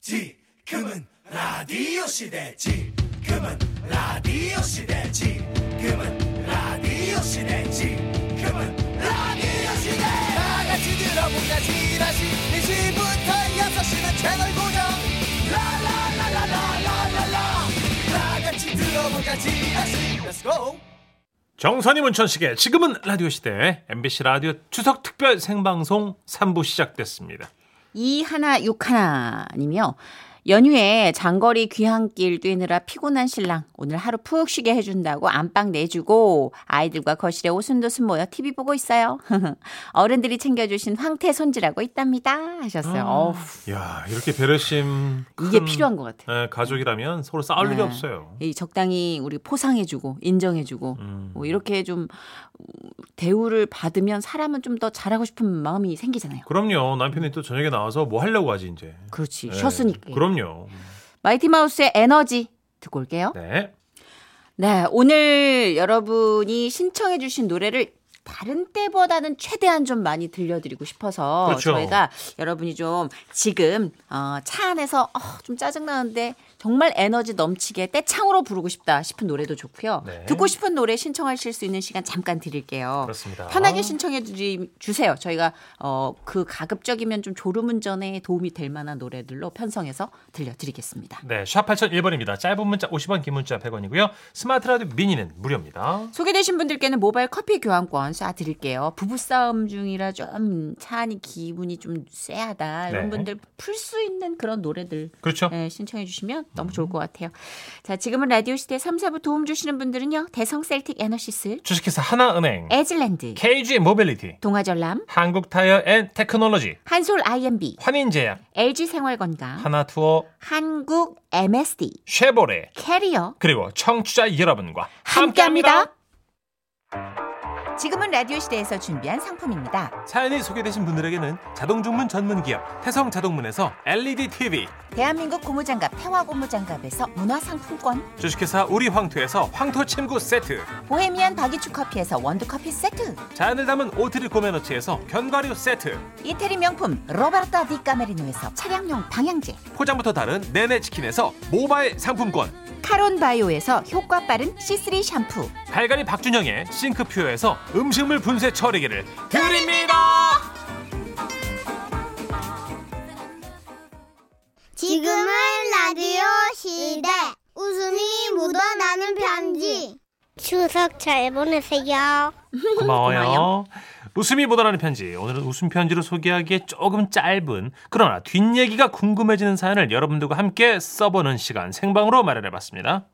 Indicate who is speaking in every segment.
Speaker 1: 지금은 라디오 시대 지금은 라디오 시대 지금은 라디오 시대 지금은 라디오 시대 다 같이 들어보자 지라시 1시부터 6시는 채널 고정 라라라라라라라라 다 같이 들어보자 지라시 Let's go
Speaker 2: 정선이 문천식의 지금은 라디오 시대 MBC 라디오 추석 특별 생방송 3부 시작됐습니다.
Speaker 3: 이 하나 육 하나 님이요. 연휴에 장거리 귀향길 뛰느라 피곤한 신랑 오늘 하루 푹 쉬게 해준다고 안방 내주고 아이들과 거실에 오순도순 모여 TV 보고 있어요. 어른들이 챙겨주신 황태 손질하고 있답니다 하셨어요.
Speaker 2: 아,
Speaker 3: 어우,
Speaker 2: 야 이렇게 배려심
Speaker 3: 이게
Speaker 2: 큰,
Speaker 3: 필요한 것 같아요.
Speaker 2: 예, 가족이라면 서로 싸울 일이
Speaker 3: 네.
Speaker 2: 없어요.
Speaker 3: 이 적당히 우리 포상해주고 인정해주고
Speaker 2: 음.
Speaker 3: 뭐 이렇게 좀 대우를 받으면 사람은 좀 더 잘하고 싶은 마음이 생기잖아요.
Speaker 2: 그럼요 남편이 또 저녁에 나와서 뭐 하려고 하지 이제.
Speaker 3: 그렇지
Speaker 2: 예,
Speaker 3: 쉬었으니까.
Speaker 2: 그럼요.
Speaker 3: 마이티 마우스의 에너지 듣고 올게요.
Speaker 2: 네.
Speaker 3: 네, 오늘 여러분이 신청해 주신 노래를 다른 때보다는 최대한 좀 많이 들려드리고 싶어서
Speaker 2: 그렇죠.
Speaker 3: 저희가 여러분이 좀 지금 어, 차 안에서 어, 좀 짜증나는데 정말 에너지 넘치게 떼창으로 부르고 싶다 싶은 노래도 좋고요.
Speaker 2: 네.
Speaker 3: 듣고 싶은 노래 신청하실 수 있는 시간 잠깐 드릴게요.
Speaker 2: 그렇습니다.
Speaker 3: 편하게 신청해 주- 주세요. 저희가 어, 그 가급적이면 좀 졸음운전에 도움이 될 만한 노래들로 편성해서 들려드리겠습니다.
Speaker 2: 네, 샵 8001번입니다. 짧은 문자 50원, 긴 문자 100원이고요. 스마트 라디오 미니는 무료입니다.
Speaker 3: 소개되신 분들께는 모바일 커피 교환권 쏴드릴게요. 부부싸움 중이라 좀 차안이 기분이 좀 쎄하다 이런
Speaker 2: 네.
Speaker 3: 분들 풀 수 있는 그런 노래들
Speaker 2: 그렇죠.
Speaker 3: 예, 신청해 주시면 너무 좋을 것 같아요. 자 지금은 라디오 시대 3, 4부 도움 주시는 분들은요. 대성셀틱 에너시스,
Speaker 2: 주식회사 하나은행,
Speaker 3: 에즈랜드,
Speaker 2: KG 모빌리티,
Speaker 3: 동아전람,
Speaker 2: 한국타이어 앤 테크놀로지,
Speaker 3: 한솔 IMB,
Speaker 2: 환인제약,
Speaker 3: LG생활건강,
Speaker 2: 하나투어,
Speaker 3: 한국 MSD,
Speaker 2: 쉐보레,
Speaker 3: 캐리어
Speaker 2: 그리고 청취자 여러분과
Speaker 3: 함께합니다. 지금은 라디오 시대에서 준비한 상품입니다.
Speaker 2: 사연이 소개되신 분들에게는 자동 주문 전문 기업 태성 자동문에서 LED TV,
Speaker 3: 대한민국 고무장갑 평화 고무장갑에서 문화상품권
Speaker 2: 주식회사 우리 황토에서 황토 침구 세트,
Speaker 3: 보헤미안 다기축 커피에서 원두커피 세트
Speaker 2: 자연을 담은 오트리 고메너치에서 견과류 세트,
Speaker 3: 이태리 명품 로베르타 디카메리노에서 차량용 방향제
Speaker 2: 포장부터 다른 내내 치킨에서 모바일 상품권,
Speaker 3: 카론 바이오에서 효과 빠른 C3 샴푸
Speaker 2: 갈갈이 박준영의 싱크퓨어에서 음식물 분쇄 처리기를 드립니다.
Speaker 4: 지금은 라디오 시대. 웃음이 묻어나는 편지. 추석 잘 보내세요.
Speaker 2: 고마워요. 웃음이 묻어나는 편지. 오늘은 웃음 편지로 소개하기에 조금 짧은 그러나 뒷얘기가 궁금해지는 사연을 여러분들과 함께 써보는 시간 생방으로 마련해봤습니다.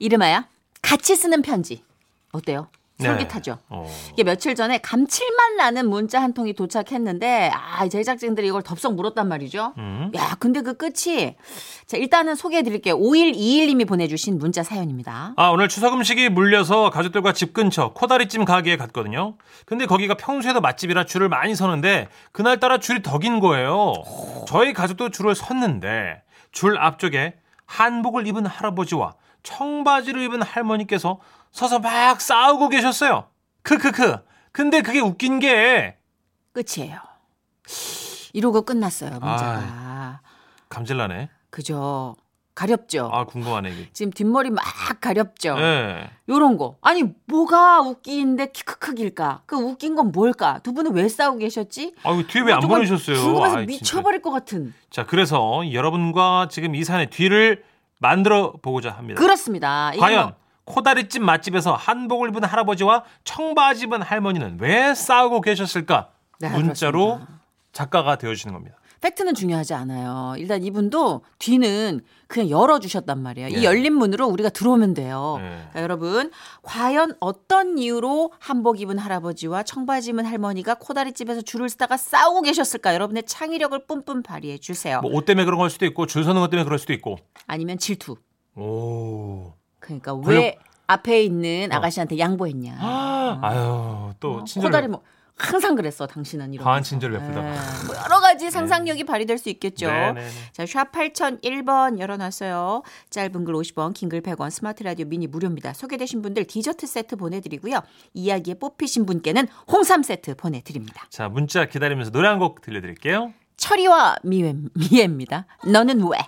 Speaker 3: 이름하여 같이 쓰는 편지 어때요?
Speaker 2: 네.
Speaker 3: 솔깃하죠?
Speaker 2: 어.
Speaker 3: 이게 며칠 전에 감칠맛 나는 문자 한 통이 도착했는데 아 제작진들이 이걸 덥석 물었단 말이죠.
Speaker 2: 음.
Speaker 3: 야 근데 그 끝이 자 일단은 소개해드릴게요. 5121님이 보내주신 문자 사연입니다.
Speaker 2: 아 오늘 추석 음식이 물려서 가족들과 집 근처 코다리찜 가게에 갔거든요. 근데 거기가 평소에도 맛집이라 줄을 많이 서는데 그날 따라 줄이 더 긴 거예요. 저희 가족도 줄을 섰는데 줄 앞쪽에 한복을 입은 할아버지와 청바지를 입은 할머니께서 서서 막 싸우고 계셨어요. 크크크. 근데 그게 웃긴 게
Speaker 3: 끝이에요. 이러고 끝났어요, 문자가.
Speaker 2: 감질나네.
Speaker 3: 그죠. 가렵죠.
Speaker 2: 아 궁금하네 이게.
Speaker 3: 지금 뒷머리 막 가렵죠.
Speaker 2: 예.
Speaker 3: 요런 거. 아니, 뭐가 웃긴데 키크크일까? 그 웃긴 건 뭘까? 두 분은 왜 싸우고 계셨지?
Speaker 2: 아유 뒤에 왜 안
Speaker 3: 정말
Speaker 2: 보내셨어요?
Speaker 3: 궁금해서
Speaker 2: 아이, 진짜.
Speaker 3: 미쳐버릴 것 같은.
Speaker 2: 자, 그래서 여러분과 지금 이 산의 뒤를 만들어 보고자 합니다.
Speaker 3: 그렇습니다. 이게
Speaker 2: 네. 과연
Speaker 3: 뭐-
Speaker 2: 코다리집 맛집에서 한복을 입은 할아버지와 청바지 입은 할머니는 왜 싸우고 계셨을까?
Speaker 3: 네,
Speaker 2: 문자로
Speaker 3: 그렇습니다.
Speaker 2: 작가가 되어주시는 겁니다.
Speaker 3: 팩트는 중요하지 않아요. 일단 이분도 뒤는 그냥 열어주셨단 말이에요.
Speaker 2: 예.
Speaker 3: 이 열린 문으로 우리가 들어오면 돼요.
Speaker 2: 예.
Speaker 3: 그러니까 여러분, 과연 어떤 이유로 한복 입은 할아버지와 청바지 입은 할머니가 코다리집에서 줄을 서다가 싸우고 계셨을까? 여러분의 창의력을 뿜뿜 발휘해 주세요.
Speaker 2: 뭐 옷 때문에 그런 걸 수도 있고 줄 서는 것 때문에 그럴 수도 있고.
Speaker 3: 아니면 질투.
Speaker 2: 오.
Speaker 3: 그러니까 왜
Speaker 2: 권력-
Speaker 3: 앞에 있는 아가씨한테 양보했냐?
Speaker 2: 아유 또
Speaker 3: 어,
Speaker 2: 어. 친절.
Speaker 3: 코다리 뭐 항상 그랬어. 당신은 이런.
Speaker 2: 과한 친절 베풀다.
Speaker 3: 뭐 여러 가지 상상력이 발휘될 수 있겠죠.
Speaker 2: 네, 네, 네.
Speaker 3: 자, 샵 8001번 열어놨어요. 짧은 글 50원, 긴 글 100원, 스마트 라디오 미니 무료입니다. 소개되신 분들 디저트 세트 보내드리고요. 이야기에 뽑히신 분께는 홍삼 세트 보내드립니다.
Speaker 2: 자, 문자 기다리면서 노래 한 곡 들려드릴게요.
Speaker 3: 철이와 미애, 미애입니다. 너는 왜?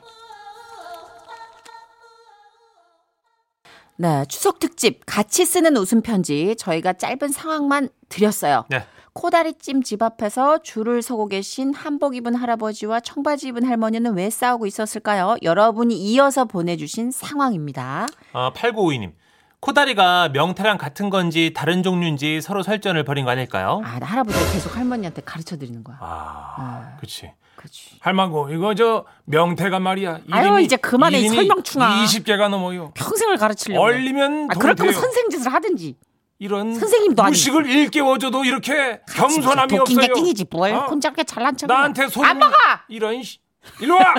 Speaker 3: 네, 추석 특집 같이 쓰는 웃음 편지 저희가 짧은 상황만 드렸어요.
Speaker 2: 네.
Speaker 3: 코다리찜 집 앞에서 줄을 서고 계신 한복 입은 할아버지와 청바지 입은 할머니는 왜 싸우고 있었을까요? 여러분이 이어서 보내주신 상황입니다.
Speaker 2: 아, 8952님. 코다리가 명태랑 같은 건지 다른 종류인지 서로 설전을 벌인 거 아닐까요?
Speaker 3: 아, 나 할아버지가 계속 할머니한테 가르쳐 드리는 거야.
Speaker 2: 아, 그치.
Speaker 3: 그렇지.
Speaker 2: 할망고, 이거 저 명태가 말이야.
Speaker 3: 아유,
Speaker 2: 이름이-
Speaker 3: 이제 그만해, 이
Speaker 2: 이름이
Speaker 3: 설명충아.
Speaker 2: 20 개가 넘어요.
Speaker 3: 평생을 가르치려고. 그래.
Speaker 2: 얼리면
Speaker 3: 아, 그럴 거면 선생 짓을 하든지.
Speaker 2: 이런
Speaker 3: 선생님도 아니고.
Speaker 2: 무식을 일깨워줘도 이렇게 겸손함이
Speaker 3: 웃긴
Speaker 2: 없어요.
Speaker 3: 게 낑이지 뭘.
Speaker 2: 어?
Speaker 3: 혼자 이렇게 잘난 척.
Speaker 2: 나한테 소리
Speaker 3: 안 먹어.
Speaker 2: 이런 씨. 일로 와.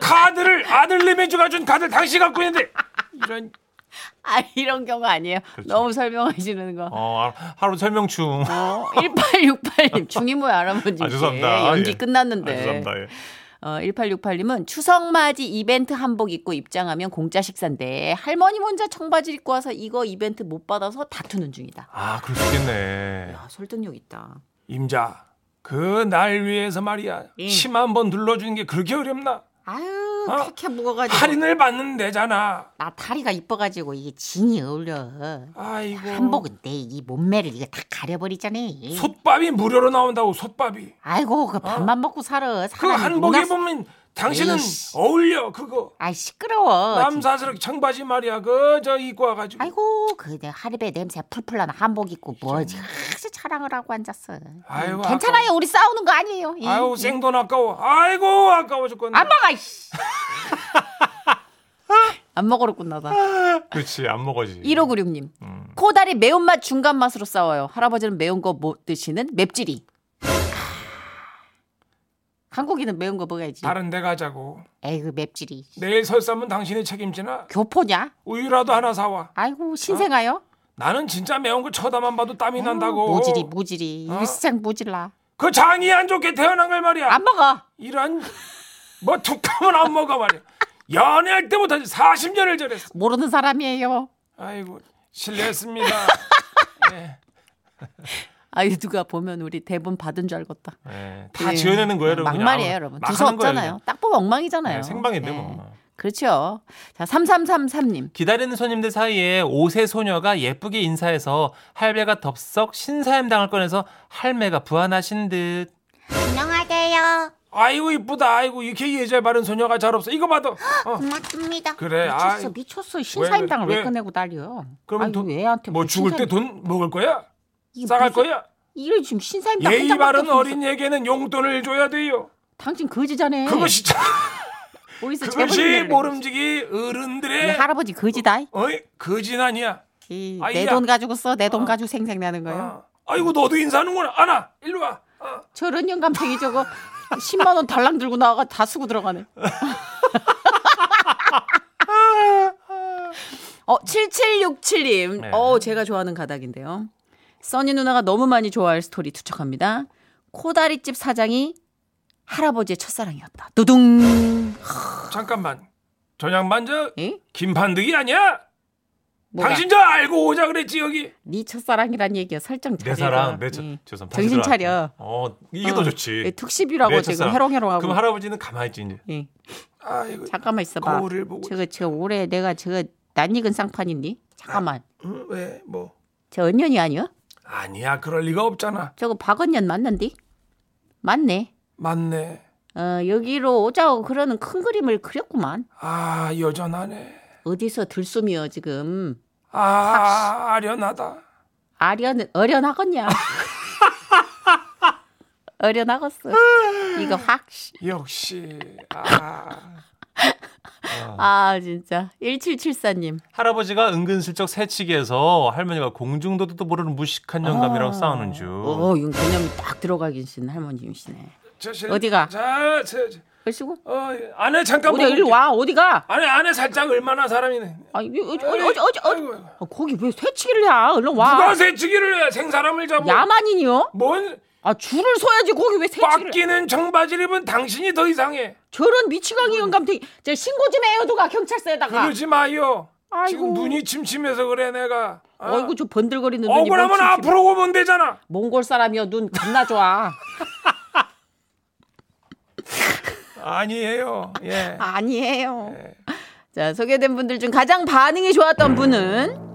Speaker 2: 카드를 아들님이 주가준 카드 당신 갖고 있는데 이런.
Speaker 3: 아 이런 경우 아니에요.
Speaker 2: 그렇죠.
Speaker 3: 너무 설명해 주는 거.
Speaker 2: 어 하- 하루 설명충.
Speaker 3: 어, 1868님 중이모야 할아버지.
Speaker 2: 아, 죄송합니다.
Speaker 3: 연기
Speaker 2: 예.
Speaker 3: 끝났는데.
Speaker 2: 아, 죄송합니다. 예.
Speaker 3: 어, 1868님은 추석 맞이 이벤트 한복 입고 입장하면 공짜 식사인데 할머니 혼자 청바지 입고 와서 이거 이벤트 못 받아서 다투는 중이다.
Speaker 2: 아 그럴 수 있겠네.
Speaker 3: 야, 설득력 있다.
Speaker 2: 임자 그 날 위해서 말이야
Speaker 3: 예.
Speaker 2: 심 한 번 눌러주는 게 그렇게 어렵나?
Speaker 3: 아유,
Speaker 2: 어?
Speaker 3: 그렇게 묵어가지고.
Speaker 2: 할인을 받는 데잖아.
Speaker 3: 나 다리가 이뻐가지고 이게 진이 어울려.
Speaker 2: 아이고.
Speaker 3: 한복은 내 이 몸매를 이거 다 가려버리잖아.
Speaker 2: 솥밥이 무료로 나온다고 솥밥이.
Speaker 3: 아이고, 그 밥만 먹고 살아.
Speaker 2: 어? 그
Speaker 3: 사람이
Speaker 2: 한복
Speaker 3: 누나-
Speaker 2: 입으면 당신은
Speaker 3: 에이씨.
Speaker 2: 어울려 그거.
Speaker 3: 아이, 시끄러워.
Speaker 2: 남사스럽게 청바지 말이야 그 저 입고 와가지고
Speaker 3: 아이고 그 내 하리배 냄새 풀풀 나는 한복 입고 뭐지 아주 자랑을 하고 앉았어.
Speaker 2: 뭐 아이고,
Speaker 3: 괜찮아요 우리 싸우는 거 아니에요. 예.
Speaker 2: 아유 생돈 아까워 아이고 아까워 죽겠네
Speaker 3: 안 먹어. 이씨. 안 먹으러 끝나다.
Speaker 2: 그렇지 안 먹어지
Speaker 3: 1596님
Speaker 2: 음.
Speaker 3: 코다리 매운맛 중간 맛으로 싸워요. 할아버지는 매운 거 못 드시는 맵찔이. 한국인은 매운 거 먹어야지.
Speaker 2: 다른 데 가자고
Speaker 3: 에이그 맵찔이.
Speaker 2: 내일 설사면 당신이 책임지나
Speaker 3: 교포냐?
Speaker 2: 우유라도 하나 사와
Speaker 3: 아이고 신생아요?
Speaker 2: 나는 진짜 매운 거 쳐다만 봐도 땀이 난다고
Speaker 3: 어, 모질이 뭐- 모질이
Speaker 2: 어?
Speaker 3: 일생 모질라.
Speaker 2: 그 장이 안 좋게 태어난 걸 말이야
Speaker 3: 안 먹어.
Speaker 2: 이런 뭐 툭하면 안 먹어 말이야 연애할 때부터 40년을 저랬어
Speaker 3: 모르는 사람이에요.
Speaker 2: 아이고 실례했습니다 네.
Speaker 3: 아유 누가 보면 우리 대본 받은 줄 알겠다.
Speaker 2: 네, 다
Speaker 3: 예.
Speaker 2: 지어내는 거예요 여러분 그냥
Speaker 3: 막말이에요,
Speaker 2: 아무-
Speaker 3: 여러분.
Speaker 2: 막
Speaker 3: 두서
Speaker 2: 하는 거예요,
Speaker 3: 없잖아요.
Speaker 2: 그냥.
Speaker 3: 딱 보면 엉망이잖아요.
Speaker 2: 네, 생방인데
Speaker 3: 네.
Speaker 2: 뭐
Speaker 3: 그렇죠. 자, 3333님.
Speaker 2: 기다리는 손님들 사이에 5세 소녀가 예쁘게 인사해서 할배가 덥석 신사임 당할 뻔해서 할매가 부안하신 듯.
Speaker 4: 안녕하세요.
Speaker 2: 아이고 이쁘다. 아이고 이렇게 예절 바른 소녀가 잘 없어. 이거 봐도. 어.
Speaker 4: 고맙습니다.
Speaker 2: 그래. 아,
Speaker 3: 미쳤어, 미쳤어. 신사임당을
Speaker 2: 왜,
Speaker 3: 왜,
Speaker 2: 왜?
Speaker 3: 꺼내고 달려?
Speaker 2: 그러면
Speaker 3: 아니,
Speaker 2: 돈-
Speaker 3: 애한테
Speaker 2: 뭐
Speaker 3: 무슨
Speaker 2: 죽을
Speaker 3: 신사임-
Speaker 2: 때 돈 먹을 거야?
Speaker 3: 이게
Speaker 2: 싸갈
Speaker 3: 무슨-
Speaker 2: 거야?
Speaker 3: 이래 지금 신사임당
Speaker 2: 예의
Speaker 3: 한 장밖에
Speaker 2: 바른
Speaker 3: 없어.
Speaker 2: 어린이에게는 용돈을 줘야 돼요.
Speaker 3: 당신 거지잖아.
Speaker 2: 그것이 참-
Speaker 3: 어디서
Speaker 2: 그것이 모름지기 어른들의
Speaker 3: 할아버지 거지다.
Speaker 2: 어이 거진 아니야. 아이야.
Speaker 3: 내 돈 가지고 써. 내 돈 가지고 생색내는
Speaker 2: 어.
Speaker 3: 거예요.
Speaker 2: 아이고 너도 인사하는구나. 안아 일로 와. 어.
Speaker 3: 저런 영감탱이 저거 10만 원 달랑 들고 나와가 다 쓰고 들어가네. 어, 7767님.
Speaker 2: 네.
Speaker 3: 어, 제가 좋아하는 가닥인데요. 써니 누나가 너무 많이 좋아할 스토리 투척합니다. 코다리집 사장이 할아버지의 첫사랑이었다. 두둥.
Speaker 2: 잠깐만. 저냥 만져
Speaker 3: 에?
Speaker 2: 김판득이 아니야?
Speaker 3: 뭐가?
Speaker 2: 당신 저 알고 오자 그랬지 여기.
Speaker 3: 네 첫사랑이란 얘기야. 설정 잘해.
Speaker 2: 내 사랑 내 저,
Speaker 3: 예.
Speaker 2: 죄송합니다.
Speaker 3: 정신
Speaker 2: 다시
Speaker 3: 차려.
Speaker 2: 들어갈게요. 음. 어 이게 더
Speaker 3: 어. 예,
Speaker 2: 좋지.
Speaker 3: 특십이라고
Speaker 2: 내
Speaker 3: 지금
Speaker 2: 첫사랑.
Speaker 3: 해롱해롱하고.
Speaker 2: 그럼 할아버지는 가만히 있지 이제.
Speaker 3: 예.
Speaker 2: 아이고
Speaker 3: 잠깐만 있어봐.
Speaker 2: 거울을 보고
Speaker 3: 저거 저 올해 내가 저거 낯익은 쌍판인데 잠깐만
Speaker 2: 응, 왜 뭐.
Speaker 3: 저 언년이 아니야?
Speaker 2: 아니야 그럴 리가 없잖아.
Speaker 3: 저거 박언년 맞는디? 맞네.
Speaker 2: 맞네.
Speaker 3: 어 여기로 오자고 그러는 큰 그림을 그렸구만.
Speaker 2: 아 여전하네.
Speaker 3: 어디서 들숨이여 지금
Speaker 2: 아 아련하다.
Speaker 3: 아련 어련하겠냐? 어련하겠어. 이거 확. 씨.
Speaker 2: 역시 아.
Speaker 3: 아 진짜 1774님.
Speaker 5: 할아버지가 은근슬쩍 새치기해서 할머니가 공중도도 모르는 무식한 영감이랑
Speaker 2: 아.
Speaker 5: 싸우는 중.
Speaker 3: 어, 이건 개념이 딱 들어가긴 신 할머님이시네.
Speaker 2: 저 실-
Speaker 3: 어디가?
Speaker 2: 자, 저, 저,
Speaker 3: 그러시고
Speaker 2: 어, 안에 잠깐
Speaker 3: 어디
Speaker 2: 보고
Speaker 3: 일로 와 어디가?
Speaker 2: 안에 안에 살짝 얼마나 사람이네.
Speaker 3: 아 어디 어디 어디 어디
Speaker 2: 아이고,
Speaker 3: 어디 아, 거기 왜 새치기를 해? 아, 얼른 와.
Speaker 2: 누가 새치기를 해? 생사람을 잡아.
Speaker 3: 야만인이요?
Speaker 2: 뭔
Speaker 3: 아 줄을 서야지 거기 왜 새치를?
Speaker 2: 빡기는 청바지를 입은 당신이 더 이상해.
Speaker 3: 저런 미치광이 영감탱이. 저 신고 좀 해요 누가 경찰서에다가.
Speaker 2: 그러지 마요.
Speaker 3: 아. 아이고.
Speaker 2: 지금 눈이 침침해서 그래 내가. 아.
Speaker 3: 어이구 저 번들거리는 눈이
Speaker 2: 억울하면
Speaker 3: 멈추지.
Speaker 2: 앞으로 보면 되잖아.
Speaker 3: 몽골 사람이여 눈 겁나 좋아.
Speaker 2: 아니에요. 예.
Speaker 3: 아니에요. 자, 소개된 분들 중 가장 반응이
Speaker 2: 음.
Speaker 3: 좋았던 분은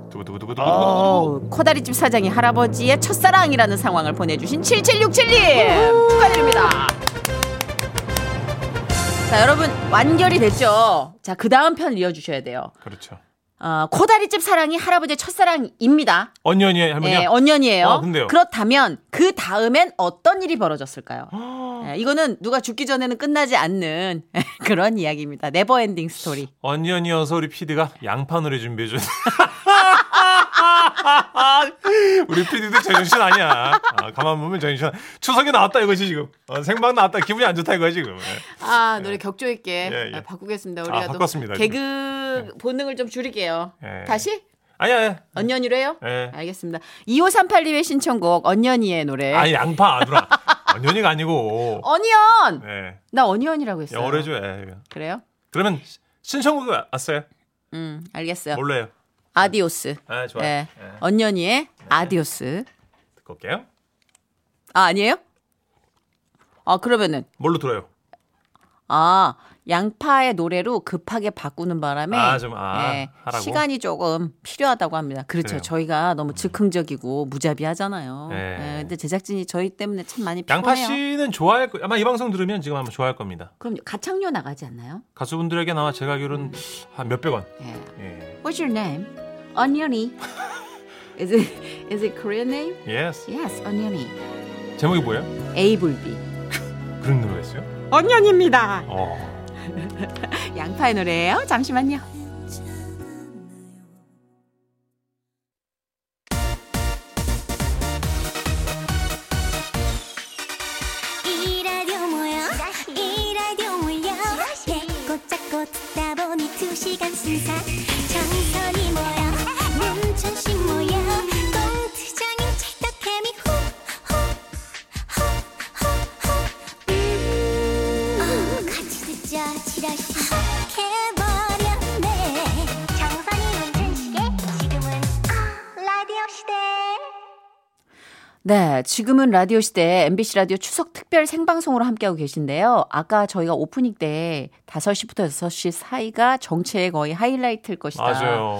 Speaker 2: 아,
Speaker 3: 어, 코다리집 사장이 할아버지의 첫사랑이라는 상황을 보내주신 7767님 축하드립니다. 자, 여러분 완결이 됐죠? 자, 그 다음 편 이어주셔야 돼요.
Speaker 2: 그렇죠.
Speaker 3: 어, 코다리집 사랑이 할아버지의 첫사랑입니다.
Speaker 2: 언니 언니 할머니야.
Speaker 3: 네, 언년이에요.
Speaker 2: 아, 근데요?
Speaker 3: 그렇다면 그 다음엔 어떤 일이 벌어졌을까요? 네, 이거는 누가 죽기 전에는 끝나지 않는 그런 이야기입니다. 네버엔딩 스토리.
Speaker 2: 언니 언니여서 우리 PD가 양파 노래 준비해 준. 우리 PD도 제정신 아니야. 아, 가만 보면 제정신. 추석이 나왔다 이거지 지금. 어, 생방 나왔다 기분이 안 좋다 이거야 지금. 예.
Speaker 3: 아 노래 격조 있게
Speaker 2: 예, 예.
Speaker 3: 바꾸겠습니다.
Speaker 2: 우리가 아, 또 바꿨습니다,
Speaker 3: 개그
Speaker 2: 개그
Speaker 3: 본능을 좀 줄일게요.
Speaker 2: 예.
Speaker 3: 다시
Speaker 2: 아니야. 예.
Speaker 3: 언년이로 해요?
Speaker 2: 예.
Speaker 3: 알겠습니다. 2538님의 신청곡 언년이의 노래.
Speaker 2: 아니 예. 양파 누나. 언니 언니가 아니고.
Speaker 3: 어. 언니언.
Speaker 2: 예.
Speaker 3: 나 언니언이라고 했어요.
Speaker 2: 영어로 해줘. 예.
Speaker 3: 그래요?
Speaker 2: 그러면 신청곡이 왔어요?
Speaker 3: 음 알겠어요.
Speaker 2: 몰라요.
Speaker 3: 아디오스.
Speaker 2: 아 좋아. 예.
Speaker 3: 예. 언년이의 아디오스.
Speaker 2: 듣고 올게요.
Speaker 3: 아 아니에요? 아 그러면은
Speaker 2: 뭘로 들어요?
Speaker 3: 아 양파의 노래로 급하게 바꾸는 바람에 예,
Speaker 2: 아, 좀, 아, 하라고?
Speaker 3: 시간이 조금 필요하다고 합니다. 그렇죠.
Speaker 2: 그래요. 음.
Speaker 3: 저희가 너무 즉흥적이고 무자비하잖아요.
Speaker 2: 네.
Speaker 3: 예, 근데 제작진이 저희 때문에 참 많이
Speaker 2: 양파
Speaker 3: 피곤해요.
Speaker 2: 씨는 좋아할 거 아마 이 방송 들으면 지금 아마 좋아할 겁니다.
Speaker 3: 그럼 가창료 나가지 않나요?
Speaker 2: 가수분들에게 나와 제가 알기로는 한 몇백 원.
Speaker 3: 예.
Speaker 2: 예.
Speaker 3: What's your name? 언년이. is it is it Korean name?
Speaker 2: 예스.
Speaker 3: Yes, 언년이.
Speaker 2: 제목이 뭐예요?
Speaker 3: 에이블비.
Speaker 2: 그런 노래가 있어요?
Speaker 3: 언년입니다.
Speaker 2: 어.
Speaker 3: 양파의 노래예요. 잠시만요.
Speaker 4: 이 라디오 뭐야? 이 라디오 뭐야? 배꼽 잡고 듣다 보니 두 시간 순삭 정선이 뭐야? 문천식 뭐야? 공투장인 찰떡케미 후후후후후 음. 어, 같이 듣자 지라시 해버렸네 정선이 문천식의 지금은 아, 라디오 시대
Speaker 3: 네, 지금은 라디오 시대 MBC 라디오 추석 특별 생방송으로 함께하고 계신데요. 아까 저희가 오프닝 때 5시부터 6시 사이가 정체의 거의 하이라이트일 것이다.
Speaker 2: 맞아요.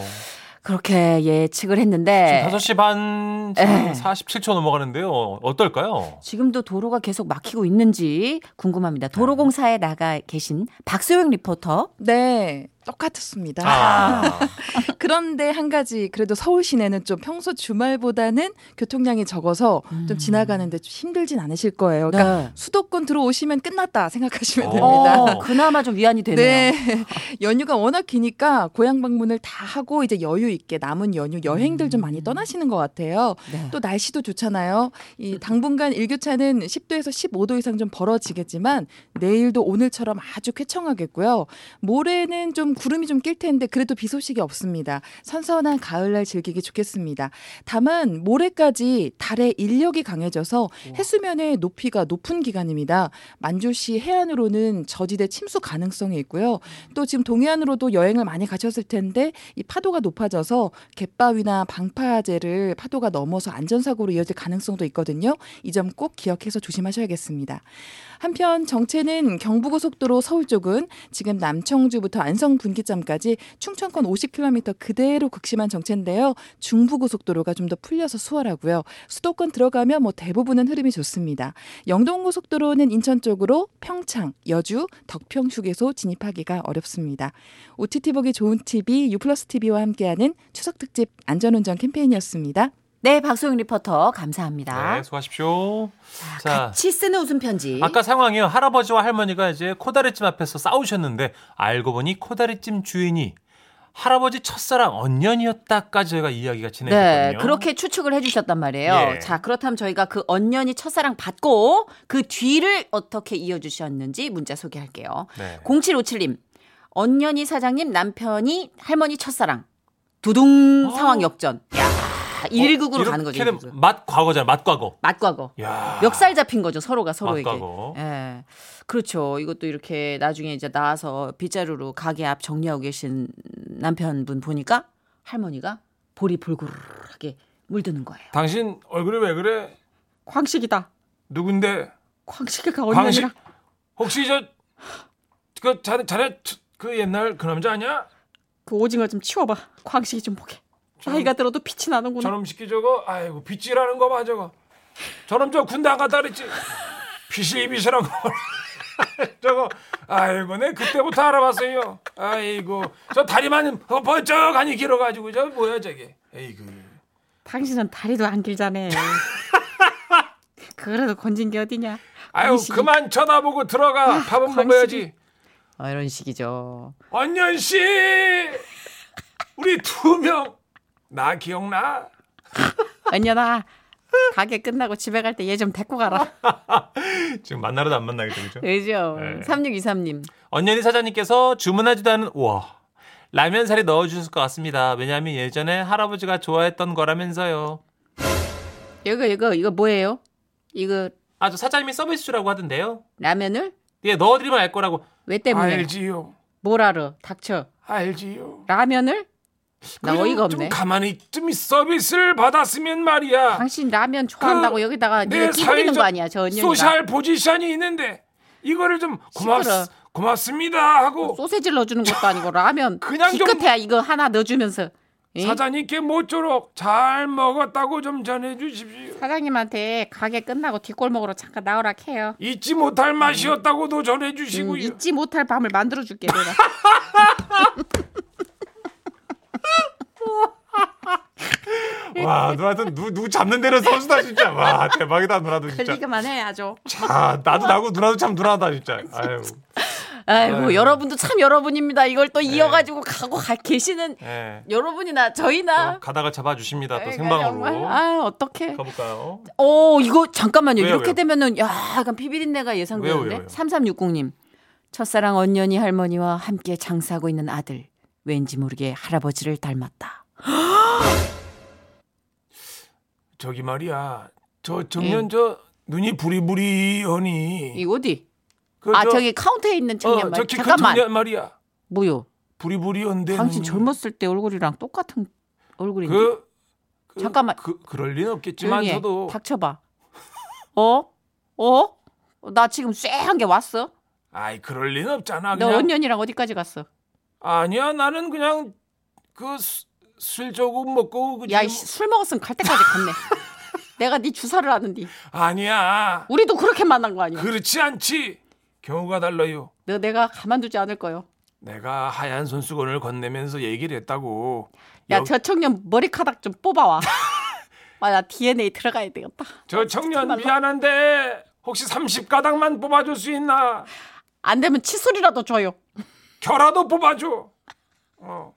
Speaker 3: 그렇게 예측을 예. 했는데
Speaker 2: 다섯 시반
Speaker 3: 에.
Speaker 2: 47초 넘어가는데요. 어떨까요?
Speaker 3: 지금도 도로가 계속 막히고 있는지 궁금합니다. 도로공사에 나가 계신 박소영 리포터.
Speaker 6: 네, 똑같았습니다.
Speaker 2: 아.
Speaker 6: 그런데 한 가지 그래도 서울 시내는 좀 평소 주말보다는 교통량이 적어서 좀 지나가는데 좀 힘들진 않으실 거예요. 그러니까
Speaker 3: 네.
Speaker 6: 수도권 들어오시면 끝났다 생각하시면
Speaker 2: 어.
Speaker 6: 됩니다.
Speaker 3: 어, 그나마 좀 위안이 되네요.
Speaker 6: 네. 연휴가 워낙 기니까 고향 방문을 다 하고 이제 여유 있게 남은 연휴 여행들 좀 많이 떠나시는 것 같아요.
Speaker 3: 음. 네.
Speaker 6: 또 날씨도 좋잖아요. 이 당분간 일교차는 10도에서 15도 이상 좀 벌어지겠지만 내일도 오늘처럼 아주 쾌청하겠고요. 모레는 좀 구름이 좀 낄 텐데 그래도 비 소식이 없습니다. 선선한 가을날 즐기기 좋겠습니다. 다만 모레까지 달의 인력이 강해져서 해수면의 높이가 높은 기간입니다. 만주시 해안으로는 저지대 침수 가능성이 있고요. 또 지금 동해안으로도 여행을 많이 가셨을 텐데 이 파도가 높아져서 갯바위나 방파제를 파도가 넘어서 안전사고로 이어질 가능성도 있거든요. 이 점 꼭 기억해서 조심하셔야겠습니다. 한편 정체는 경부고속도로 서울 쪽은 지금 남청주부터 안성 분기점까지 충청권 50km 그대로 극심한 정체인데요. 중부고속도로가 좀 더 풀려서 수월하고요. 수도권 들어가면 뭐 대부분은 흐름이 좋습니다. 영동고속도로는 인천 쪽으로 평창, 여주, 덕평 휴게소 진입하기가 어렵습니다. OTT 보기 좋은 TV, 유플러스 TV와 함께하는 추석 특집 안전운전 캠페인이었습니다.
Speaker 3: 네, 박소영 리포터 감사합니다.
Speaker 2: 네, 수고하십시오. 자,
Speaker 3: 같이 쓰는 웃음 편지.
Speaker 2: 아까 상황이요. 할아버지와 할머니가 이제 코다리찜 앞에서 싸우셨는데 알고 보니 코다리찜 주인이 할아버지 첫사랑 언년이었다까지 제가 이야기가
Speaker 3: 네,
Speaker 2: 진행됐거든요.
Speaker 3: 그렇게 추측을 해주셨단 말이에요.
Speaker 2: 예.
Speaker 3: 자, 그렇다면 저희가 그 언년이 첫사랑 받고 그 뒤를 어떻게 이어주셨는지 문자 소개할게요.
Speaker 2: 네.
Speaker 3: 0757님, 언년이 사장님 남편이 할머니 첫사랑. 두둥 상황 역전. 야, 1극으로 가는 거죠.
Speaker 2: 어? 이렇게 되면
Speaker 3: 1극으로.
Speaker 2: 맛 과거잖아요. 맛 과거.
Speaker 3: 맞과거.
Speaker 2: 야.
Speaker 3: 멱살 잡힌 거죠 서로가 서로에게.
Speaker 2: 맞과거.
Speaker 3: 예. 그렇죠. 이것도 이렇게 나중에 이제 나와서 빗자루로 가게 앞 정리하고 계신 남편분 보니까 할머니가 볼이 불그르하게 물드는 거예요.
Speaker 2: 당신 얼굴이 왜 그래?
Speaker 3: 광식이다.
Speaker 2: 누군데?
Speaker 3: 광식이가
Speaker 2: 광식? 혹시 저
Speaker 5: 그 자네 자네 그 옛날 그 남자 아니야?
Speaker 7: 그 오징어 좀 치워봐. 광식이 좀 보게. 나이가 들어도 빛이 나는구나.
Speaker 5: 저놈 시키 저거 아이고 빗질하는 거 봐 저거 저놈 저 군대 안 갔다 그랬지 비실비실한 거 저거 아이고 내 그때부터 알아봤어요 아이고 저 다리만 어, 번쩍하니 길어가지고 저 뭐야 저게 에이그
Speaker 7: 당신은 다리도 안 길잖아. 그래도 건진 게 어디냐.
Speaker 5: 아유
Speaker 7: 광식이. 아,
Speaker 5: 그만 쳐다보고 들어가 밥은 뭐 먹어야지
Speaker 3: 어, 이런 식이죠.
Speaker 5: 언년 씨 우리 두명나 기억나?
Speaker 7: 언년아 가게 끝나고 집에 갈 때 얘 좀 데리고 가라.
Speaker 2: 지금 만나러도 안 만나겠죠, 그죠?
Speaker 3: 그죠?
Speaker 2: 네.
Speaker 3: 3623님.
Speaker 5: 언년이 사장님께서 주문하지도 않은 우와 라면 사리 넣어주셨을 것 같습니다. 왜냐하면 예전에 할아버지가 좋아했던 거라면서요.
Speaker 3: 이거, 이거, 이거 뭐예요? 이거
Speaker 5: 아 저 사장님이 서비스 주라고 하던데요.
Speaker 3: 라면을?
Speaker 5: 예 넣어드리면 알 거라고.
Speaker 3: 왜 때문에?
Speaker 5: 알지요,
Speaker 3: 뭘 알아? 닥쳐.
Speaker 5: 알지요.
Speaker 3: 라면을? 나
Speaker 5: 그럼
Speaker 3: 어이가
Speaker 5: 좀
Speaker 3: 없네.
Speaker 5: 가만히 좀 서비스를 받았으면 말이야.
Speaker 3: 당신 라면 아, 좋아한다고
Speaker 5: 그
Speaker 3: 여기다가
Speaker 5: 내
Speaker 3: 니가 끼부리는
Speaker 5: 사회적
Speaker 3: 거 아니야, 저 언니가.
Speaker 5: 소셜 포지션이 있는데 이거를 좀 고맙
Speaker 3: 시끄러.
Speaker 5: 고맙습니다 하고
Speaker 3: 소세지를 넣어주는 것도 아니고 라면
Speaker 5: 그냥 좀-
Speaker 3: 기껏해야 이거 하나 넣어주면서 예?
Speaker 5: 사장님께 모쪼록 잘 먹었다고 좀 전해주십시오.
Speaker 7: 사장님한테 가게 끝나고 뒷골목으로 잠깐 나오라 해요.
Speaker 5: 잊지 못할 맛이었다고도
Speaker 7: 음,
Speaker 5: 전해주시고요.
Speaker 7: 잊지 못할 밤을 만들어 줄게 내가.
Speaker 2: 와, 누나한테 누, 누구 잡는 데는 선수다, 진짜. 와, 대박이다, 누나도 진짜.
Speaker 3: 그러니까.
Speaker 7: 걸리기만 해야죠.
Speaker 2: 자, 나도 나고 누나도 참 누나다, 진짜. 아유.
Speaker 3: 아이고 네. 여러분도 참 여러분입니다. 이걸 또 이어가지고 가고 가 계시는
Speaker 2: 예.
Speaker 3: 여러분이나
Speaker 2: 또
Speaker 3: 저희나
Speaker 2: 가다가 잡아주십니다, 어, 그러니까 또
Speaker 3: 아. 아이고,
Speaker 2: 생방으로.
Speaker 3: 정말. 아 어떡해.
Speaker 2: 가볼까요?
Speaker 3: 오 이거 잠깐만요.
Speaker 2: 왜요,
Speaker 3: 이렇게
Speaker 2: 왜요?
Speaker 3: 되면은 야, 약간 비비린내가
Speaker 2: 왜요,
Speaker 3: 예상되는데.
Speaker 2: 왜요?
Speaker 3: 3360님 첫사랑 언년이 할머니와 함께 장사하고 있는 아들 왠지 모르게 할아버지를 닮았다.
Speaker 5: 저기 말이야 저 정년 저 눈이 부리부리하니
Speaker 3: 예. 이 어디?
Speaker 5: 그
Speaker 3: 아
Speaker 5: 저-
Speaker 3: 저기 카운터에 있는 청년
Speaker 5: 어,
Speaker 3: 말.
Speaker 5: 저기 그
Speaker 3: 잠깐만.
Speaker 5: 청년 말이야
Speaker 3: 뭐요?
Speaker 5: 부리부리한데
Speaker 3: 당신
Speaker 5: 눈이.
Speaker 3: 젊었을 때 얼굴이랑 똑같은 얼굴인데.
Speaker 5: 그, 그
Speaker 3: 잠깐만. 예,
Speaker 5: 그, 그럴 리는 없겠지만
Speaker 3: 조용히 해.
Speaker 5: 저도
Speaker 3: 닥쳐봐. 어? 어? 나 지금 쎄한 게 왔어?
Speaker 5: 아이 그럴 리는 없잖아
Speaker 3: 너
Speaker 5: 그냥
Speaker 3: 언년이랑 어디까지 갔어?
Speaker 5: 아니야 나는 그냥 그 술 조금 먹고 그냥
Speaker 3: 야, 이 술 먹었으면 갈 때까지 갔네. 내가 네 주사를 아는디.
Speaker 5: 아니야
Speaker 3: 우리도 그렇게 만난 거 아니야?
Speaker 5: 그렇지 않지 경우가 달라요
Speaker 3: 너 내가 가만두지 않을 거요.
Speaker 5: 내가 하얀 손수건을 건네면서 얘기를 했다고
Speaker 3: 야,
Speaker 5: 여-
Speaker 3: 저 청년 머리카락 좀 뽑아와. 아, 나 DNA 들어가야 되겠다.
Speaker 5: 저 청년 미안한데 혹시 30가닥만 뽑아줄 수 있나
Speaker 3: 안 되면 칫솔이라도 줘요.
Speaker 5: 겨라도 뽑아줘. 어.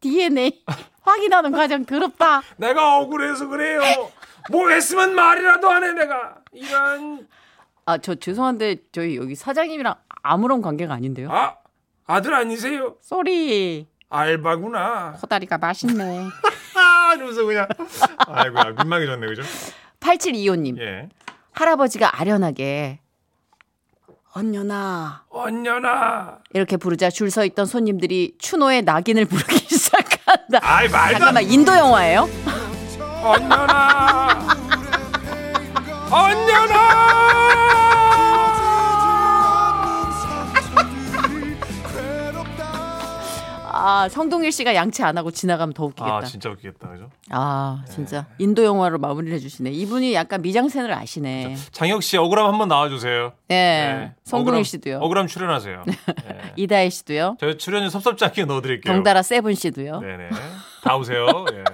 Speaker 3: DNA 확인하는 과정 더럽다.
Speaker 5: 내가 억울해서 그래요. 뭐 했으면 말이라도 안 해 내가. 이런
Speaker 3: 아, 저 죄송한데 저희 여기 사장님이랑 아무런 관계가 아닌데요.
Speaker 5: 아 아들 아니세요?
Speaker 7: 쏘리
Speaker 5: 알바구나.
Speaker 7: 코다리가 맛있네.
Speaker 2: 아, 이러면서 그냥. 아이고야, 민망해졌네, 그죠?
Speaker 3: 8725님.
Speaker 2: 예.
Speaker 3: 할아버지가 아련하게 언녀나
Speaker 5: 언년아.
Speaker 3: 이렇게 부르자 줄 서 있던 손님들이 추노의 낙인을 부르기 시작한다.
Speaker 2: 아이, 말도 안
Speaker 3: 잠깐만 인도 영화예요?
Speaker 5: 언년아. 언년아.
Speaker 3: 아 성동일 씨가 양치 안 하고 지나가면 더 웃기겠다.
Speaker 2: 아,
Speaker 3: 아,
Speaker 2: 진짜 웃기겠다, 그죠?
Speaker 3: 진짜 인도 영화로 마무리를 해주시네. 이분이 약간 미장센을 아시네.
Speaker 2: 장혁 씨 억울함 한번 나와주세요.
Speaker 3: 예,
Speaker 2: 네.
Speaker 3: 성동일
Speaker 2: 억울함-
Speaker 3: 씨도요.
Speaker 2: 억울함 출연하세요.
Speaker 3: 이다혜 씨도요.
Speaker 2: 저 출연료 섭섭지 않게 넣어드릴게요.
Speaker 3: 덩달아 세븐 씨도요.
Speaker 2: 네네. 다 오세요. 예.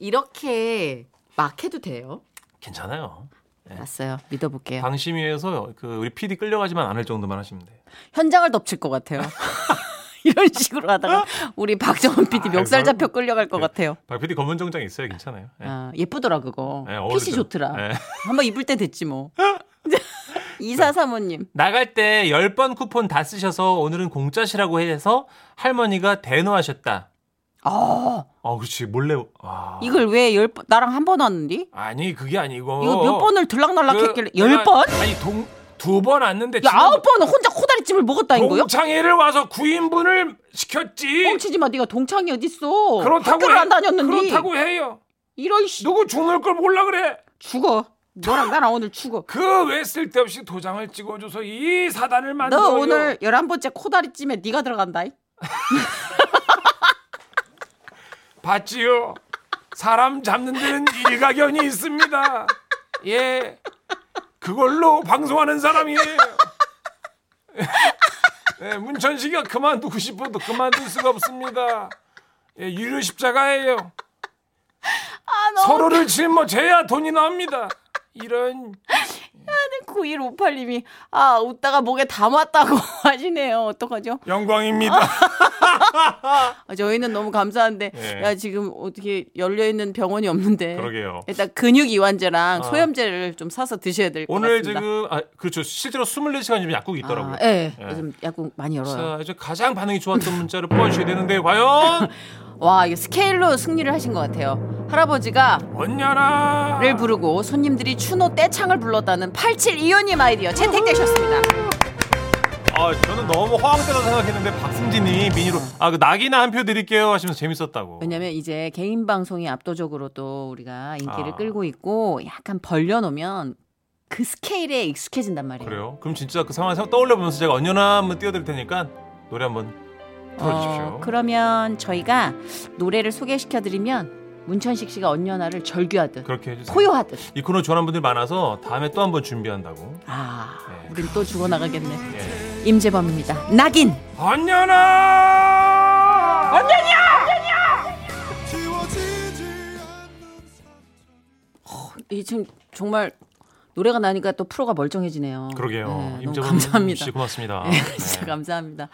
Speaker 3: 이렇게 막 해도 돼요?
Speaker 2: 괜찮아요.
Speaker 3: 알았어요. 믿어볼게요.
Speaker 2: 아. 방심위에서 그 우리 PD 끌려가지만 않을 정도만 하시면 돼요.
Speaker 3: 현장을 덮칠 것 같아요. 이런 식으로 하다가 우리 박정원 PD
Speaker 2: 아이고.
Speaker 3: 멱살
Speaker 2: 네.
Speaker 3: 잡혀 끌려갈 것 같아요.
Speaker 2: 박 PD 검은 정장 있어요. 괜찮아요. 예.
Speaker 3: 아, 예쁘더라 그거.
Speaker 2: 네, 어울리더라.
Speaker 3: 핏이 좋더라.
Speaker 2: 네.
Speaker 3: 한번 입을 때 됐지 뭐. 이사사모님.
Speaker 5: 나갈 때 10번 쿠폰 다 쓰셔서 오늘은 공짜시라고 해서 할머니가 대노하셨다.
Speaker 3: 아,
Speaker 2: 아, 그렇지. 몰래. 아.
Speaker 3: 이걸 왜 열 번, 나랑 한 번 왔는데?
Speaker 5: 아니 그게 아니고.
Speaker 3: 이거 몇 번을 들락날락
Speaker 5: 그
Speaker 3: 했길래
Speaker 5: 내가-
Speaker 3: 열 번?
Speaker 5: 아니 동, 두번 왔는데
Speaker 3: 야,
Speaker 5: 지금
Speaker 3: 아홉 번은 혼자 코다리찜을 먹었다인 거요? 어,
Speaker 5: 동창회를 와서 9인분을 시켰지.
Speaker 3: 뻥치지 마, 네가 동창이 어딨어?
Speaker 5: 그렇다고
Speaker 3: 학교를
Speaker 5: 해-
Speaker 3: 안 다녔는데.
Speaker 5: 그렇다고 해요.
Speaker 3: 이런 씨,
Speaker 5: 누구 죽을 걸 몰라 그래.
Speaker 7: 죽어.
Speaker 3: 너랑 나랑 오늘 죽어.
Speaker 5: 그 왜 쓸데없이 도장을 찍어줘서 이 사단을 만들어요.
Speaker 3: 너 오늘 열한 번째 코다리찜에 네가 들어간다.
Speaker 5: 봤지요? 사람 잡는 데는 일가견이 있습니다. 예. 그걸로 방송하는 사람이에요. 예, 문천식이가 그만두고 싶어도 그만둘 수가 없습니다. 예, 유료 십자가예요. 서로를 짊어져야 돈이 나옵니다. 이런
Speaker 3: 9158님이 아 웃다가 목에 담았다고 하시네요. 어떡하죠?
Speaker 5: 영광입니다.
Speaker 3: 아, 저희는 너무 감사한데
Speaker 2: 예.
Speaker 3: 야 지금 어떻게 열려 있는 병원이 없는데
Speaker 2: 그러게요.
Speaker 3: 일단 근육 이완제랑 소염제를 좀 사서 드셔야 될 것 같습니다.
Speaker 2: 아. 오늘 지금 아 그렇죠. 실제로 24시간 좀 약국이 있더라고요.
Speaker 3: 아, 예.
Speaker 2: 예.
Speaker 3: 요즘 약국 많이 열어요.
Speaker 2: 자, 이제 가장 반응이 좋았던 문자를 뽑아주셔야 되는데 과연
Speaker 3: 와, 이거 스케일로 승리를 하신 것 같아요. 할아버지가
Speaker 5: 언냐라.
Speaker 3: 를 부르고 손님들이 추노 떼창을 불렀다는 8725님 아이디어 채택되셨습니다.
Speaker 2: 아, 저는 너무 허황되다 생각했는데 박승진이 미니로 아, 그 낙이나 한 표 드릴게요 하시면서 재밌었다고.
Speaker 3: 음. 왜냐면 이제 개인 방송이 압도적으로 또 우리가 인기를
Speaker 2: 아.
Speaker 3: 끌고 있고 약간 벌려놓으면 그 스케일에 익숙해진단 말이에요.
Speaker 2: 그래요? 그럼 진짜 그 상황에서 떠올려 보면서 제가 언연아 한번 띄워드릴 테니까 노래 한번 틀어주십시오.
Speaker 3: 어, 그러면 저희가 노래를 소개시켜드리면 문천식 씨가 언연아를 절규하듯
Speaker 2: 그렇게 해주세요.
Speaker 3: 포효하듯
Speaker 2: 이 코너 좋아하는 분들 많아서 다음에 또 한번 준비한다고.
Speaker 3: 아
Speaker 2: 네.
Speaker 3: 우린 또 죽어나가겠네.
Speaker 2: 예.
Speaker 3: 임재범입니다. 낙인
Speaker 5: 언냐라.
Speaker 1: 지워지지 않는
Speaker 3: 이 지금 정말 노래가 나니까 또 프로가 멀쩡해지네요. 네,
Speaker 2: 그러게요.
Speaker 3: 너무
Speaker 2: 임재범
Speaker 3: 감사합니다.
Speaker 2: 씨 고맙습니다.
Speaker 3: 네, 진짜
Speaker 2: 네.
Speaker 3: 감사합니다.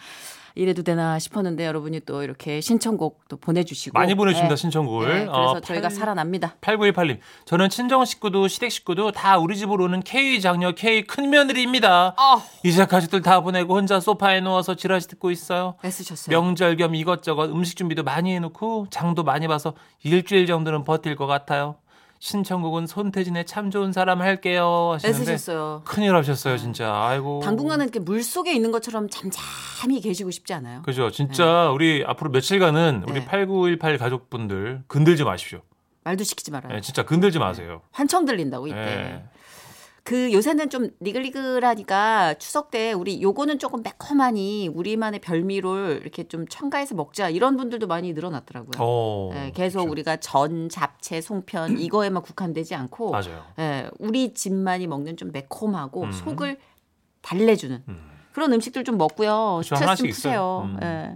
Speaker 3: 이래도 되나 싶었는데 여러분이 또 이렇게 신청곡도 보내주시고
Speaker 2: 많이 보내주십니다
Speaker 3: 네.
Speaker 2: 신청곡을.
Speaker 3: 네, 그래서
Speaker 2: 어,
Speaker 3: 저희가
Speaker 2: 팔-
Speaker 3: 살아납니다.
Speaker 2: 8918님, 저는 친정 식구도 시댁 식구도 다 우리 집으로 오는 K 장녀 K 큰 며느리입니다.
Speaker 3: 아.
Speaker 2: 이제 가족들 다 보내고 혼자 소파에 누워서 지라시 듣고 있어요.
Speaker 3: 애쓰셨어요.
Speaker 2: 명절 겸 이것저것 음식 준비도 많이 해놓고 장도 많이 봐서 일주일 정도는 버틸 것 같아요. 신청곡은 손태진의 참 좋은 사람 할게요 하시는데
Speaker 3: 애쓰셨어요. 네.
Speaker 2: 큰일 하셨어요 진짜. 아이고.
Speaker 3: 당분간은 이렇게 물 속에 있는 것처럼 잠잠히 계시고 싶지 않아요.
Speaker 2: 그죠. 진짜 우리 앞으로 며칠간은 우리
Speaker 3: 네.
Speaker 2: 8918 가족분들 건들지 마십시오.
Speaker 3: 말도 시키지 말아요.
Speaker 2: 예, 진짜 건들지 마세요.
Speaker 3: 환청 들린다고 이때.
Speaker 2: 예.
Speaker 3: 그 요새는 좀 니글니글하니까 추석 때 우리 요거는 조금 매콤하니 우리만의 별미를 이렇게 좀 첨가해서 먹자 이런 분들도 많이 늘어났더라고요.
Speaker 2: 어.
Speaker 3: 예, 계속
Speaker 2: 그렇죠.
Speaker 3: 우리가 전, 잡채, 송편 이거에만 국한되지 않고
Speaker 2: 맞아요.
Speaker 3: 예, 우리 집만이 먹는 좀 매콤하고
Speaker 2: 음.
Speaker 3: 속을 달래주는
Speaker 2: 음.
Speaker 3: 그런 음식들 좀 먹고요.
Speaker 2: 그쵸,
Speaker 3: 스트레스 좀
Speaker 2: 하나씩 있어요.
Speaker 3: 푸세요.
Speaker 2: 음.
Speaker 3: 예.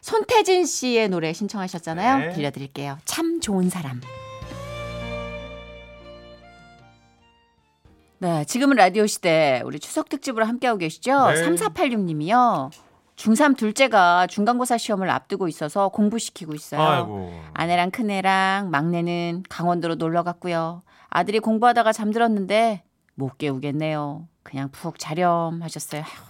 Speaker 3: 손태진 씨의 노래 신청하셨잖아요.
Speaker 2: 네.
Speaker 3: 들려드릴게요. 참 좋은 사람. 네, 지금은 라디오 시대 우리 추석 특집으로 함께하고 계시죠?
Speaker 2: 네.
Speaker 3: 3486님이요. 중3 둘째가 중간고사 시험을 앞두고 있어서 공부시키고 있어요.
Speaker 2: 아이고.
Speaker 3: 아내랑 큰애랑 막내는 강원도로 놀러 갔고요. 아들이 공부하다가 잠들었는데 못 깨우겠네요. 그냥 푹 자렴 하셨어요. 아휴,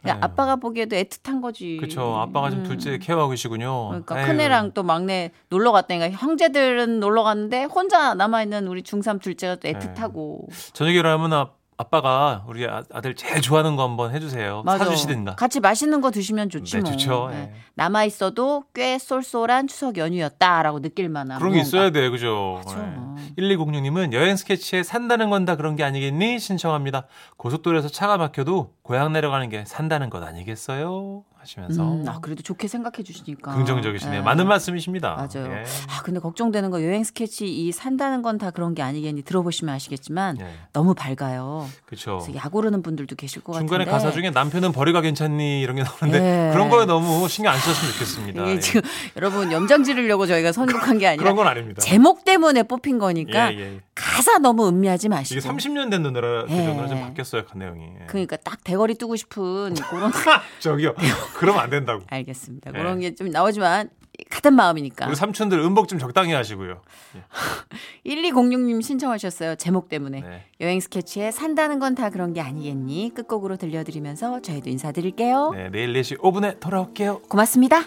Speaker 3: 그러니까
Speaker 2: 아유.
Speaker 3: 아빠가 보기에도 애틋한 거지.
Speaker 2: 네. 그렇죠. 아빠가 지금
Speaker 3: 음.
Speaker 2: 둘째 케어하고 계시군요.
Speaker 3: 그러니까
Speaker 2: 아유.
Speaker 3: 큰애랑 또 막내 놀러 갔다니까 형제들은 놀러 갔는데 혼자 남아 있는 우리 중삼 둘째가
Speaker 2: 네.
Speaker 3: 또 애틋하고
Speaker 2: 저녁에 일어나면 아, 아빠가 우리 아- 아들 제일 좋아하는 거 한번 해주세요.
Speaker 3: 맞아.
Speaker 2: 사주시든가.
Speaker 3: 같이 맛있는 거 드시면 좋지
Speaker 2: 네,
Speaker 3: 뭐.
Speaker 2: 좋죠. 예.
Speaker 3: 남아 있어도 꽤 쏠쏠한 추석 연휴였다라고 느낄 만한
Speaker 2: 그런 게
Speaker 3: 무언가.
Speaker 2: 있어야 돼, 그죠?
Speaker 3: 그렇죠. 뭐.
Speaker 2: 1206님은 여행 스케치에 산다는 건 다 그런 게 아니겠니? 신청합니다. 고속도로에서 차가 막혀도 고향 내려가는 게 산다는 것 아니겠어요? 하시면서
Speaker 3: 음, 아 그래도 좋게 생각해 주시니까
Speaker 2: 긍정적이시네요.
Speaker 3: 예.
Speaker 2: 맞는 말씀이십니다.
Speaker 3: 맞아요.
Speaker 2: 예.
Speaker 3: 아, 근데 걱정되는 거 여행 스케치 이 산다는 건 다 그런 게 아니겠니 들어보시면 아시겠지만
Speaker 2: 예.
Speaker 3: 너무 밝아요.
Speaker 2: 그렇죠.
Speaker 3: 그래서 약 오르는 분들도 계실 것
Speaker 2: 중간에
Speaker 3: 같은데.
Speaker 2: 가사 중에 남편은 버리가 괜찮니 이런 게 나오는데
Speaker 3: 예.
Speaker 2: 그런 거에 너무 신경 안 썼으면 좋겠습니다.
Speaker 3: 이게
Speaker 2: 예.
Speaker 3: 지금 여러분 염장 지르려고 저희가 선곡한 게 아니라
Speaker 2: 그런 건 아닙니다.
Speaker 3: 제목 때문에 뽑힌 거니까
Speaker 2: 예, 예.
Speaker 3: 가사 너무 음미하지
Speaker 2: 이게
Speaker 3: 마시고
Speaker 2: 30년 된 노래라 그 정도는 좀
Speaker 3: 예.
Speaker 2: 바뀌었어요, 그 내용이. 예.
Speaker 3: 그러니까 딱 대거리 뜨고 싶은 그런
Speaker 2: 저기요. 그러면 안 된다고.
Speaker 3: 알겠습니다.
Speaker 2: 예.
Speaker 3: 그런 게 좀 나오지만 같은 마음이니까.
Speaker 2: 우리 삼촌들 음복 좀 적당히 하시고요.
Speaker 3: 1206님 신청하셨어요. 제목 때문에.
Speaker 2: 네.
Speaker 3: 여행 스케치에 산다는 건 다 그런 게 아니겠니? 끝곡으로 들려드리면서 저희도 인사드릴게요.
Speaker 2: 네, 내일 4시 5분에 돌아올게요.
Speaker 3: 고맙습니다.